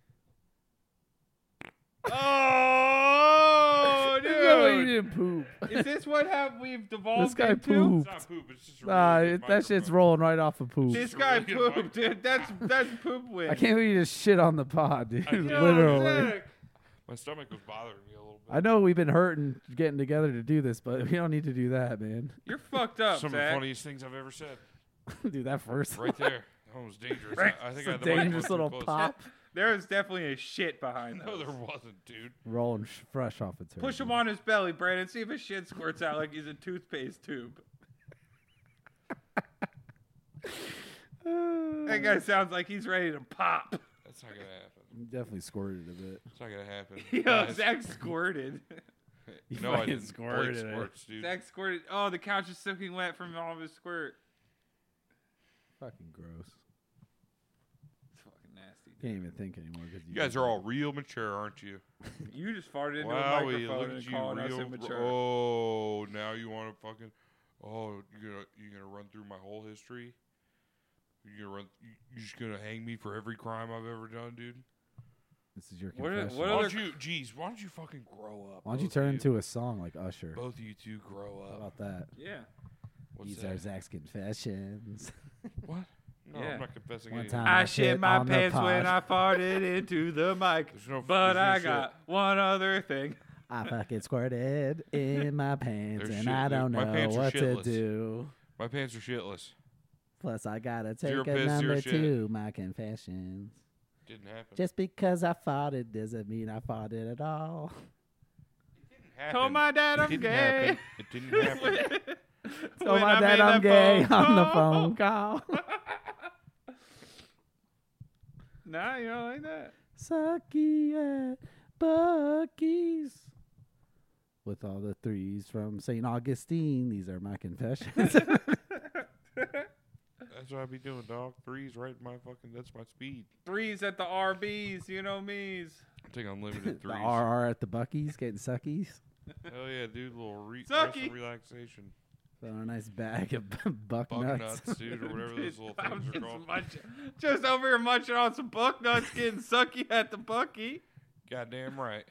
Oh,
There's no way you
dude.
didn't poop.
Is this what have we've devolved
This guy
into?
pooped.
It's not poop. It's just a
Nah,
really good
it- that shit's
microphone.
rolling right off of poop.
This guy
Really good
pooped, dude. That's that's poop win.
I can't believe you just shit on the pod, dude.
Yo,
Literally.
Zach.
My stomach was bothering me a little bit.
I know we've been hurting getting together to do this, but we don't need to do that, man. <laughs>
You're fucked up,
Some of
Zach.
the funniest things I've ever said.
do that first.
Right there. That was dangerous.
Right.
I, I think
It's a
I had the microphone
dangerous
too
little
close.
pop.
There is definitely a shit behind
<laughs> No,
those.
there wasn't, dude.
Rolling sh- fresh off its
Push
<sighs>
him on his belly, Brandon. See if his shit squirts out like he's a toothpaste tube. That guy sounds like he's ready to pop. <laughs>
That's not gonna
<laughs>
happen.
Definitely squirted a bit.
It's not gonna
<laughs>
happen.
Yo,
Guys, <laughs>
Zach squirted.
You
no, I
fucking
didn't. Blake
squirted it.
squirts, dude.
Zach squirted. Oh, the couch is soaking wet from all of his squirt.
Fucking gross.
It's fucking nasty.
Can't even think anymore. 'cause
You guys are all real mature, aren't you?
You just farted into
Wowie,
a microphone
look at
and
you,
calling us
real-
immature.
Oh, now you want to fucking? Oh, you gonna you gonna run through my whole history? You gonna run? You, you just gonna hang me for every crime I've ever done, dude?
This is your
What are-
confession.
what
why
other
don't you? Jeez, why don't you fucking grow up?
Why don't you
both of
turn into a song like Usher?
Both of you two grow up.
How about that?
Yeah.
What's
These
that?
are Zach's confessions.
What? No,
Yeah.
I'm not confessing
One
anything.
time
I
I
shit
shit
my
on the
pants when I
pod.
farted into
<laughs>
the mic,
no-
but
there's no
I
shit.
got one other thing.
I fucking squirted in my pants
They're
and
shit-
I
they're-
don't
my
know
pants are
what to
shitless.
do.
My pants are shitless.
Plus, I gotta take
Zero
a
piss, zero
number
shit.
two, my confessions.
Didn't happen.
Just because I fought it doesn't mean I fought it at all. <laughs>
Told my dad I'm
it didn't
gay. <laughs>
Happen. It didn't happen.
So
When
my
I
dad,
made
I'm
that
gay
<laughs> phone
on the
call.
phone call.
<laughs> Nah, you don't like that.
Sucky at Bucky's. With all the threes from St. Augustine, these are
<laughs>
my <laughs> confessions.
That's what I be doing, dog. Threes right in my fucking. That's my speed.
Threes at the RBs, you know me's.
I take unlimited
the
threes.
RR at the Bucky's getting suckies.
Hell yeah, dude. A little re- rest and
Sucky.
relaxation.
Found a nice bag of <laughs> bu- buck,
Buck
nuts.
nuts,
<laughs>
dude, or whatever those little
<laughs> I'm
things are
just,
called.
munching- just over here munching on some buck nuts, getting sucky at the bucky.
Goddamn right.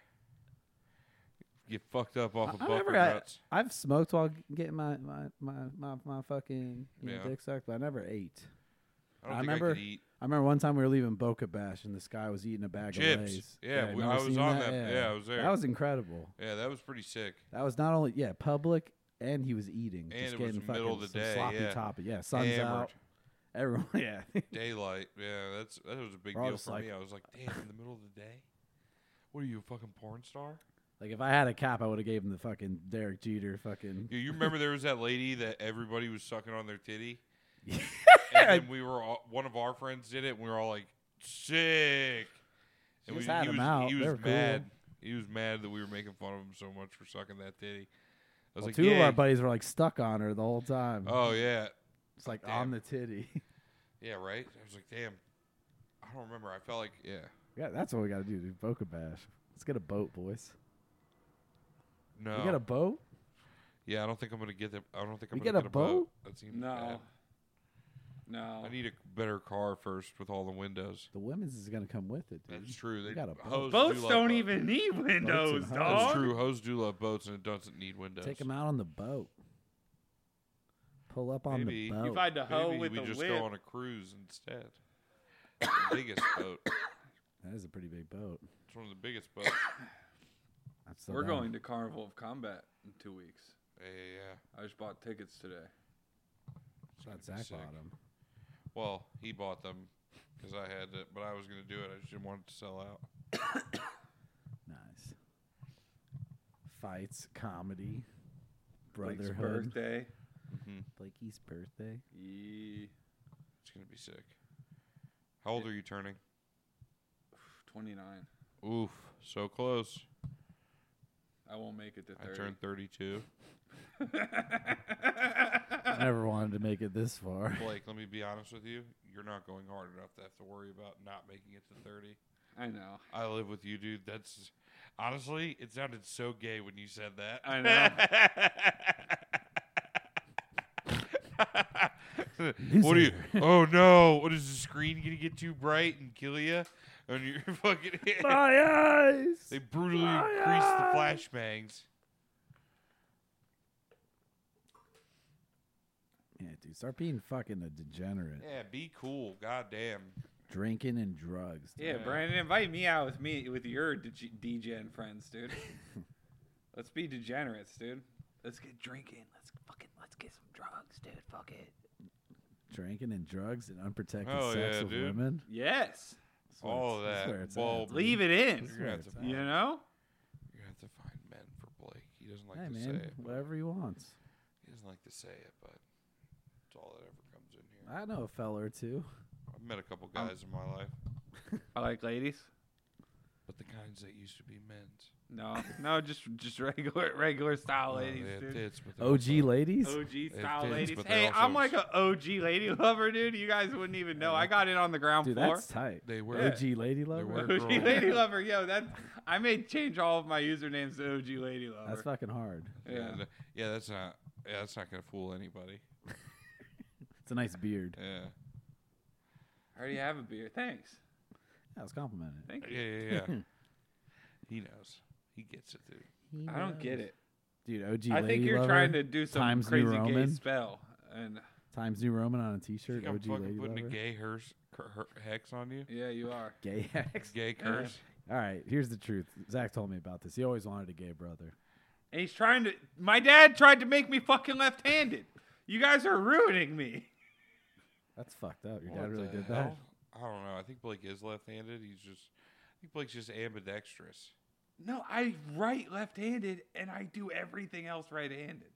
Get fucked up off of
I- I've
buck
never had-
nuts.
I've smoked while g- getting my my my my, my fucking you know,
Yeah.
dick sucked, but I never ate.
I don't think
remember.
I could eat
I remember one time we were leaving Boca Bash and this guy was eating a bag
Chips.
of Lay's.
Yeah,
you
we-
never
I was
seen
on that. Yeah, I was there.
That was incredible.
Yeah, that was pretty sick.
That was not only yeah public, and he was
And
eating. just
it was
getting
the middle of
fucking
the
some
day,
Sloppy
yeah.
top. Yeah, sun's
Hammered.
out. Everyone. <laughs> Yeah.
Daylight. Yeah, that's that was a big
We're all
deal
just
for
like-
me. I was like, damn, in the middle of the day. What are you, a fucking porn star?
like if I had a cop, I would have gave him the fucking Derek Jeter fucking.
Yeah, you remember there was that lady that everybody was sucking on their
<laughs>
titty, and then we were all, one of our friends did it, and we were all like, sick.
Just
we,
had
he
them
was,
out.
He
They
was
were cool.
mad. He was mad that we were making fun of him so much for sucking that titty. I was
Well,
like,
two of
yeah.
our buddies were like stuck on her the whole time.
Oh yeah,
it's like
damn.
on the titty. <laughs>
yeah, right. I was like, damn. I don't remember. I felt like yeah.
yeah, that's what we got to do, dude. Boca Bash. Let's get a boat, boys.
No. Oh.
We got a boat.
yeah, I don't think I'm gonna get that. I don't think I'm
We
gonna
get
get
a
a boat.
boat?
That seems bad.
No. No.
I need a better car first with all the windows.
The women's is gonna come with it, dude.
That's true. They
We got a boat.
hoes do
Boats
love
don't
boats.
even need windows,
houses.
dog.
That's true. Hoes do love boats, and it doesn't need windows.
Take them out on the boat. Pull up on
Maybe.
the
You
boat.
If I had to hoe
Maybe
with
we
the
just
whip,
go on a cruise instead. The biggest <coughs> boat. It's
that is a pretty big boat.
one of the biggest boats.
I'm still
we're
down.
going to Carnival of Combat in two weeks.
Yeah, yeah, yeah.
I just bought tickets today.
It's gonna
Not
be
Zach
sick.
bottom.
Well, he bought them because I had it, but I was going to do it. I just didn't want it to sell out.
Nice. Fights, comedy,
Blake's
brotherhood.
birthday.
Blakey's
<laughs>
birthday.
Ye-
It's going to be sick. How old are you turning?
29.
Oof, so close.
I won't make it to
I
30.
turned 32. Ah.
I never wanted to make it
<laughs>
this far.
Blake, let me be honest with you. You're not going hard enough to have to worry about not making it to 30.
I know.
I live with you, dude. That's honestly, it sounded so gay when you said that.
I
know. <laughs> what are you? Oh no! What is the screen gonna get too bright and kill you? And you're <laughs> fucking.
My eyes.
they brutally increase the flashbangs.
Yeah, dude, start being fucking a degenerate.
Yeah, be cool. Goddamn.
Drinking and drugs. dude.
Yeah, Brandon, invite me out with me with your deg- degen friends,
<laughs>
dude. let's be degenerates, dude. Let's get drinking. Let's fucking let's get some drugs, dude. Fuck it.
Drinking and drugs and unprotected
Hell
sex
Oh, yeah,
with
dude.
women.
Yes.
That's where
All of
it's- that's
that.
where it's
well,
at, dude.
Leave it in.
You're gonna have to
That's where
find,
You
you're
know?
gonna have to find men for Blake. He doesn't like
Hey,
to
man,
say it. but-
whatever he wants.
He doesn't like to say it, but it's all that ever comes in here.
I know a fella or two.
I've met a couple guys in my life,
I like ladies.
but but the kinds that used to be men's. <laughs>
No, no, just just regular regular style
Oh,
ladies,
they have
dude.
tits, but they're
OG
also-
ladies?
They
OG
have
style
tits,
ladies.
but they're
Hey,
also
I'm like a OG lady lover, dude. You guys wouldn't even know. I got in on the ground
Dude,
floor.
that's tight.
They were-
OG Lady Lover.
were
OG lady lover, yo, that I may change all of my usernames to OG lady lover.
That's fucking hard.
Yeah,
Yeah.
th- yeah, that's not. Yeah, that's not gonna fool anybody.
It's a nice beard.
Yeah,
I already have a beer. Thanks.
That was complimented.
Thank
yeah,
you.
yeah.
<laughs>
yeah. he knows. He gets it, dude.
He
I don't get
knows.
it.
Dude, OG
I
Lady
think you're
Lover,
trying to do some
Times New
crazy gay
Roman,
spell. And
Times New Roman on a t
You
shirt.
think I'm
OG
fucking
Lady
putting
Lover.
a gay hearse, cur- her- hex on you.
yeah, you are.
Gay <laughs> ex.
Gay curse.
All right, here's the truth. Zach told me about this. He always wanted a gay brother.
And he's trying to. My dad tried to make me fucking left-handed. You guys are ruining me.
That's fucked up. Your
What
dad really
the
did
hell? I don't know. I think Blake is left-handed. He's just. I think Blake's just ambidextrous.
No, I write left-handed and I do everything else right-handed.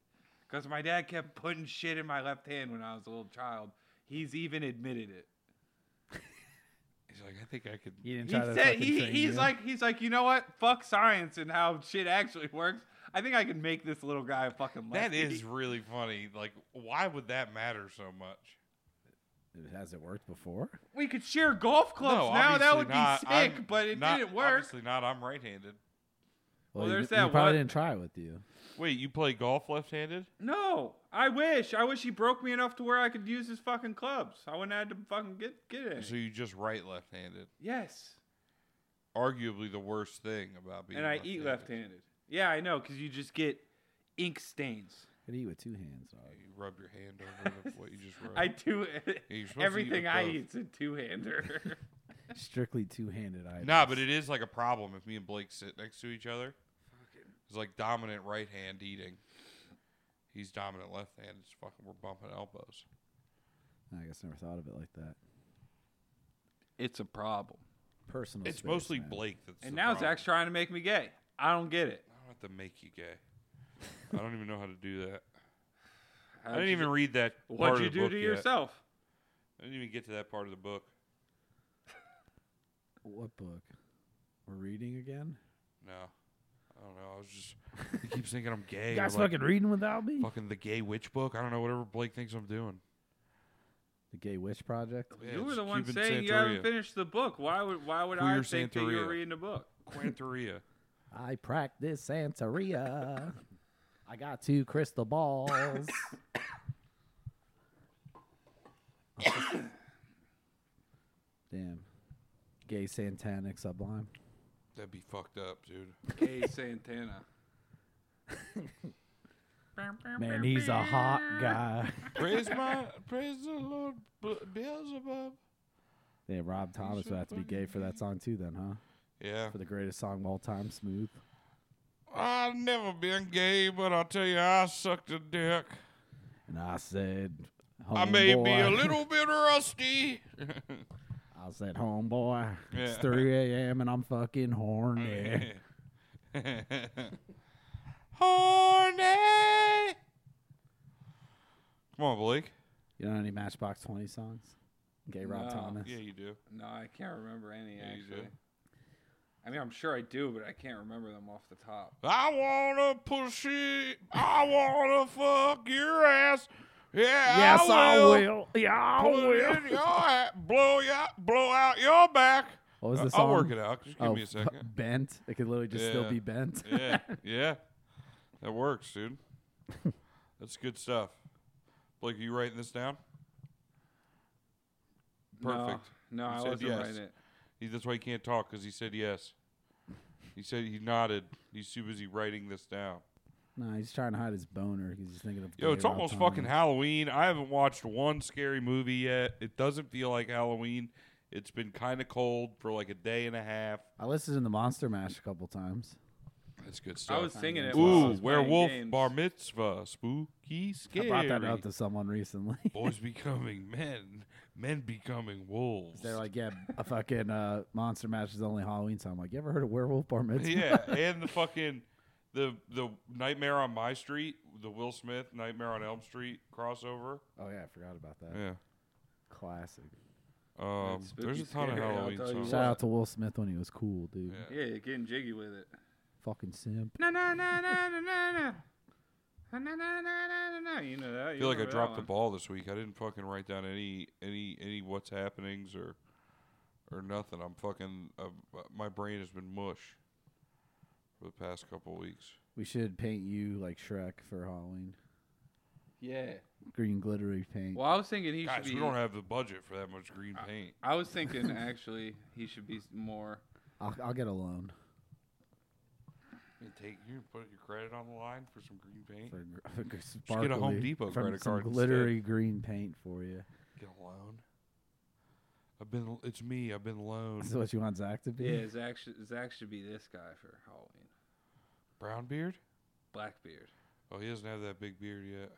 Because my dad kept putting shit in my left hand when I was a little child. He's even admitted it.
He's like, I think I could.
He didn't
He said he, he's like he's like you know what? Fuck science and how shit actually works. I think I can make this little guy a fucking.
That
lefty."
is really funny. Like, why would that matter so much?
Has it worked before?
We could share golf clubs
no,
now. That
obviously
would
not.
be sick,
I'm
but it
not-
didn't work.
Obviously not. I'm right-handed.
Well,
Well,
you,
there's
you
that
probably
one-
didn't try with you.
Wait, you play golf left-handed?
No, I wish. I wish he broke me enough to where I could use his fucking clubs. I wouldn't have to fucking get get it.
So you just right left-handed.
yes,
Arguably the worst thing about being.
and I eat left-handed. Yeah, I know, because you just get ink stains.
Could eat with two hands. dog.
<laughs> You rub your hand over the- what you
<laughs>
just rubbed.
I do
you're supposed to eat
everything
with
I
both.
eat's
<laughs>
a two-hander.
Strictly two-handed items.
Nah, but it is like a problem if me and Blake sit next to each other. It's like dominant right hand eating. He's dominant left handed. It's fucking we're bumping elbows.
I guess I never thought of it like that.
it's a problem.
Personal.
It's
space,
mostly
man.
Blake that's.
And
the
now
problem.
Zach's trying to make me gay. I don't get it.
I don't have to make you gay. I don't even know how to do that. I
<laughs> How'd
didn't
you
even
do-
read that. part
What'd
of
you
the
do
book
to
yet.
yourself?
I didn't even get to that part of the book.
What book? We're reading again.
No, I don't know. I was just. He keeps thinking I'm gay.
<laughs>
You
We're
guys
like,
fucking reading without me?
Fucking the gay witch book. I don't know whatever Blake thinks I'm doing.
The Gay Witch Project.
Yeah,
you were
it's
the one
Cuban
saying you haven't
Santeria.
finished the book. Why would why would I
Queer
think that you were
Santeria.
reading
<laughs>
the book?
Quanteria.
I practice Santeria. I got two crystal balls. <coughs> Damn. Gay Santanic Sublime.
That'd be fucked up, dude.
Gay Santana.
Man, he's a hot <laughs> guy.
praise my, praise the Lord, Be- Beelzebub.
Yeah, Rob Thomas would have to be gay for that song too, then, huh?
Yeah.
For the greatest song of all time, Smooth.
I've never been gay, but I'll tell you, I sucked a dick.
And I said,
I may be a
"Homeboy."
little bit rusty.
I said, homeboy, it's
Yeah.
3 a.m. and I'm
<laughs>
fucking horny.
<laughs> Horny. Come on, Blake.
you know any Matchbox 20 songs? Gay Rob
No.
Thomas.
Yeah, you do.
No, I can't remember any
Yeah, you do.
actually. I mean, I'm sure I do, but I can't remember them off the top.
I wanna push it. I wanna fuck your ass. Yeah,
Yes,
I will.
Yeah, I
Put it in your ass. Blow your, blow out your back.
What was
I-
the song?
I'll work it out. Just give
oh,
me a second.
Bent. It could literally just still
Yeah.
be bent.
<laughs>
<laughs>
yeah, yeah, that works, dude. That's good stuff. Blake, are you writing this down? Perfect.
No, no
You
I
said
wasn't
yes.
writing it.
He, that's why he can't talk because he said yes. He said he nodded. He's too busy writing this down.
No, he's trying to hide his boner. He's just thinking of.
Yo,
Gay
it's
Rob
almost
Thomas.
fucking Halloween. I haven't watched one scary movie yet. It doesn't feel like Halloween. It's been kind of cold for like a day and a half.
I listened to the Monster Mash a couple times.
That's good
I
stuff.
was singing it. while I
Ooh,
was playing
werewolf
games.
bar mitzvah, spooky,
I
scary.
brought that up to someone recently. <laughs>
Boys becoming men, men becoming wolves. <laughs>
They're like, yeah, a fucking uh, Monster Mash is the only Halloween song. I'm like, you ever heard of Werewolf Bar Mitzvah?
yeah, and the fucking the the Nightmare on My Street, the Will Smith Nightmare on Elm Street crossover.
Oh yeah, I forgot about that.
Yeah.
Classic.
Um,
spooky
there's a
<laughs>
ton of
scary, I'll
Halloween
tell you
songs.
Shout out to Will Smith when he was cool, dude.
Yeah, you're getting jiggy with it.
Fucking simp.
No, no, no, no, no, no, <laughs> no. No, no, no, no, no, no. You know that.
I
you
feel like I
remember that
dropped the
one.
ball this week. I didn't fucking write down any any any what's happenings or or nothing. I'm fucking uh, my brain has been mush for the past couple weeks.
We should paint you like Shrek for Halloween.
Yeah.
Green glittery paint.
Well, I was thinking he
Guys,
should be.
we don't have the budget for that much green paint.
I was thinking <laughs> actually he should be more.
I'll, I'll get a loan
You take you can put your credit on the line for some green paint.
for, gr- for gr-
Just get a Home
sparkly-
Depot
from
credit
some
card.
glittery green paint for you.
Instead. Get a loan. I've been. It's me. I've been loaned.
Is that what you want Zach to be? <laughs>
Yeah, Zach should, Zach should be this guy for Halloween.
Brown beard.
Blackbeard.
Oh, he doesn't have that big beard yet.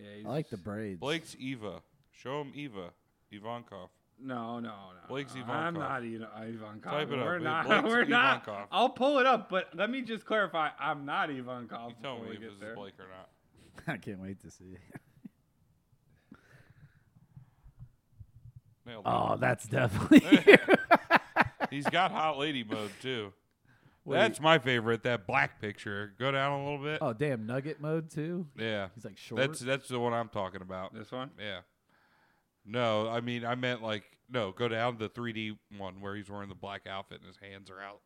Yeah, he's,
I like the braids.
Blake's Eva. Show him Eva. Ivankov.
No, no, no.
Blake's
no.
Ivankov.
I'm not Ivan Ivankov.
Type it up.
we're not.
Blake's
we're not.
Ivankov.
I'll pull it up, but let me just clarify. I'm not Ivankov.
You tell
before
me
we
if
get
this
there.
is Blake or not.
<laughs> I can't wait to see. it.
Nailed it.
Oh,
<laughs>
that's definitely. you.
He's got hot lady mode too.
<laughs> Wait.
That's my favorite. That black picture. Go down a little bit.
oh damn, Nugget mode too.
yeah,
He's like short.
that's that's the one I'm talking about.
This one.
Yeah. No, I mean I meant like no. Go down the 3D one where he's wearing the black outfit and his hands are out.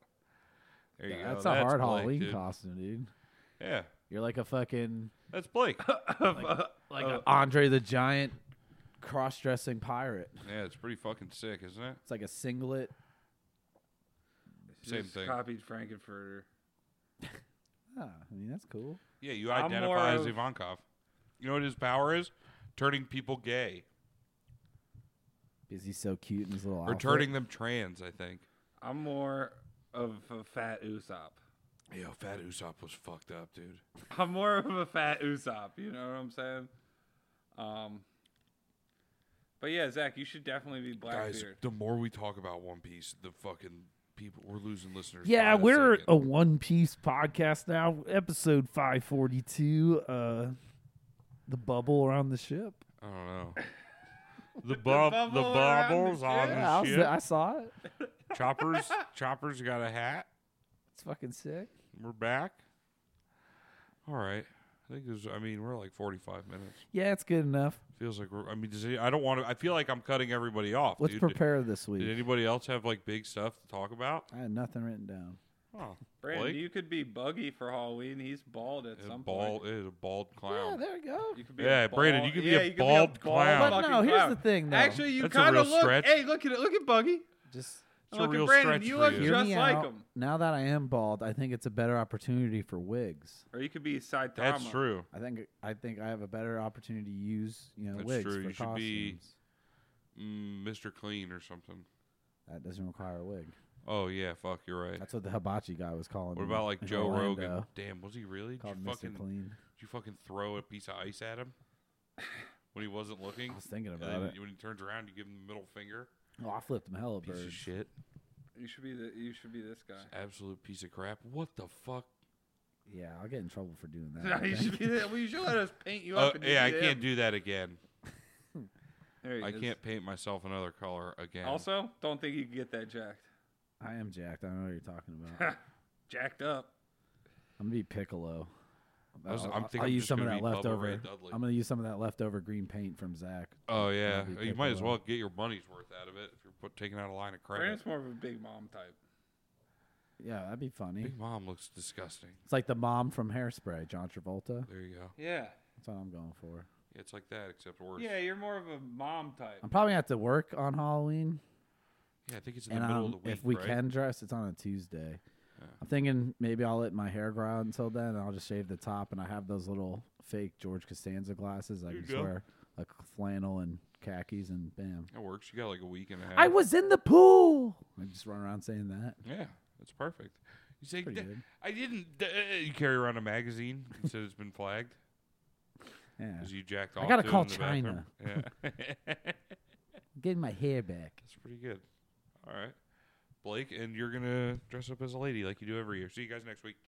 There you
Yeah,
go.
that's a
Blake,
hard Halloween
dude.
costume, dude.
Yeah,
You're like a fucking
that's
<coughs>
Blake.
Oh,
like uh, a Andre the Giant cross-dressing pirate.
yeah, it's pretty fucking sick, isn't it?
It's like a singlet.
Same
Just
thing.
Copied Frankenfurter.
Ah, I mean that's cool.
Yeah, you
I'm more
identify as
of-
Ivankov. You know what his power is? Turning people gay
Because he's so cute in his little
or
outfit.
turning them trans. I think.
I'm more of a fat Usopp. <laughs>
Yo, Fat Usopp was fucked up, dude.
I'm more of a fat Usopp. You know what I'm saying? Um. But yeah, Zach, you should definitely be Blackbeard.
Guys, the more we talk about One Piece, the fucking people we're losing listeners.
Yeah,
by the
we're
second.
a One Piece podcast now, episode 542. Uh, the bubble around the ship.
I don't
<laughs>
know. The bub, the,
bubble around the
bubbles on
ship.
the
Yeah, I, was-
ship.
<laughs>
I saw it.
Choppers, Choppers got a hat.
It's fucking sick.
We're back. All right. I think there's. I mean, we're like 45 minutes.
Yeah, it's good enough.
Feels like we're. I mean, does any, I don't want to. I feel like I'm cutting everybody off.
Let's
dude.
prepare this
Did,
week.
anybody else have like big stuff to talk about?
I had nothing written down.
Oh,
Brandon,
Blake?
you could be Buggy for Halloween. He's bald at
Is a
some
bald,
point.
is a bald
Yeah,
clown.
there you go.
You could be a
Yeah, Brandon,
bald-
you could be
yeah,
a
you
bald clown.
But no,
fucking
here's
clown.
the thing, though.
Actually, you
That's a
kind
real
of look.
stretch.
Hey, look at it. Look at Buggy.
Just
It's
Look
a
at
real
Brandon,
stretch
you
for
look
you.
hear
Dress
me
like
out.
'em.
Now that I am bald, I think it's a better opportunity for wigs.
Or you could be Saitama.
That's true.
I think I think I have a better opportunity to use you know
That's
wigs
true.
for
You should
costumes.
be- Mm, Mr. Clean or something.
That doesn't require a wig.
Oh yeah, fuck, you're right.
That's what the hibachi guy was calling.
What
me
about like
in
Joe
Orlando,
Rogan? Damn, was he really? Did
Called
you
Mr.
fucking
Clean.
did you fucking throw a piece of ice at him when he wasn't looking?
I was thinking
And
about
then
it.
when he turns around, you give him the middle finger.
Oh, I flipped him hella
Piece of
birds.
shit.
You should be the. You should be this
<laughs>
guy. <laughs>
Absolute piece of crap. What the fuck?
Yeah, I'll get in trouble for doing
<laughs>
that.
No,
I
you
think.
should be that. Well, you should let us paint you
Uh,
up. and
yeah, I
you
can't
him.
do that again.
There he
I
is.
can't paint myself another color again.
Also, don't think you can get that jacked. <laughs>
I am jacked. I know what you're talking
<laughs>
about.
jacked up.
I'm gonna be Piccolo.
I was- I'm
I'll- I'll-
thinking
I'll
I'm
use
just
some of
gonna
that
be Bubba Ray
leftover.
Dudley.
I'm gonna use some of that leftover green paint from Zach.
oh yeah,
I'll be
you might as
Piccolo.
well get your money's worth out of it if you're put, taking out a line of credit.
Brandon's more of a big mom type.
Yeah, that'd be funny.
Big Mom looks disgusting.
It's like the mom from Hairspray, John Travolta.
There you go.
Yeah.
That's what I'm going for.
It's like that except worse.
Yeah, you're more of a mom type.
I'm probably gonna have to work on Halloween,
Yeah, I think it's in the
and
middle
um,
of the week.
if we
right?
can dress, it's on a Tuesday. I'm thinking maybe I'll let my hair grow out until then, and I'll just shave the top, and I have those little fake George Costanza glasses. I
you
just
go.
wear like flannel and khakis, and bam.
It works. You got like a week and a half.
I was in the pool. I just run around saying that.
Yeah, that's perfect. You say
Pretty
"D-
good.
I didn't. d- uh, you carry around a magazine. You said it's been flagged
Yeah,
because you jacked
I
off.
gotta
to it
call
in the bathroom. Yeah, <laughs>
getting my hair back.
that's pretty good. All right, Blake, and you're gonna dress up as a lady like you do every year. See you guys next week.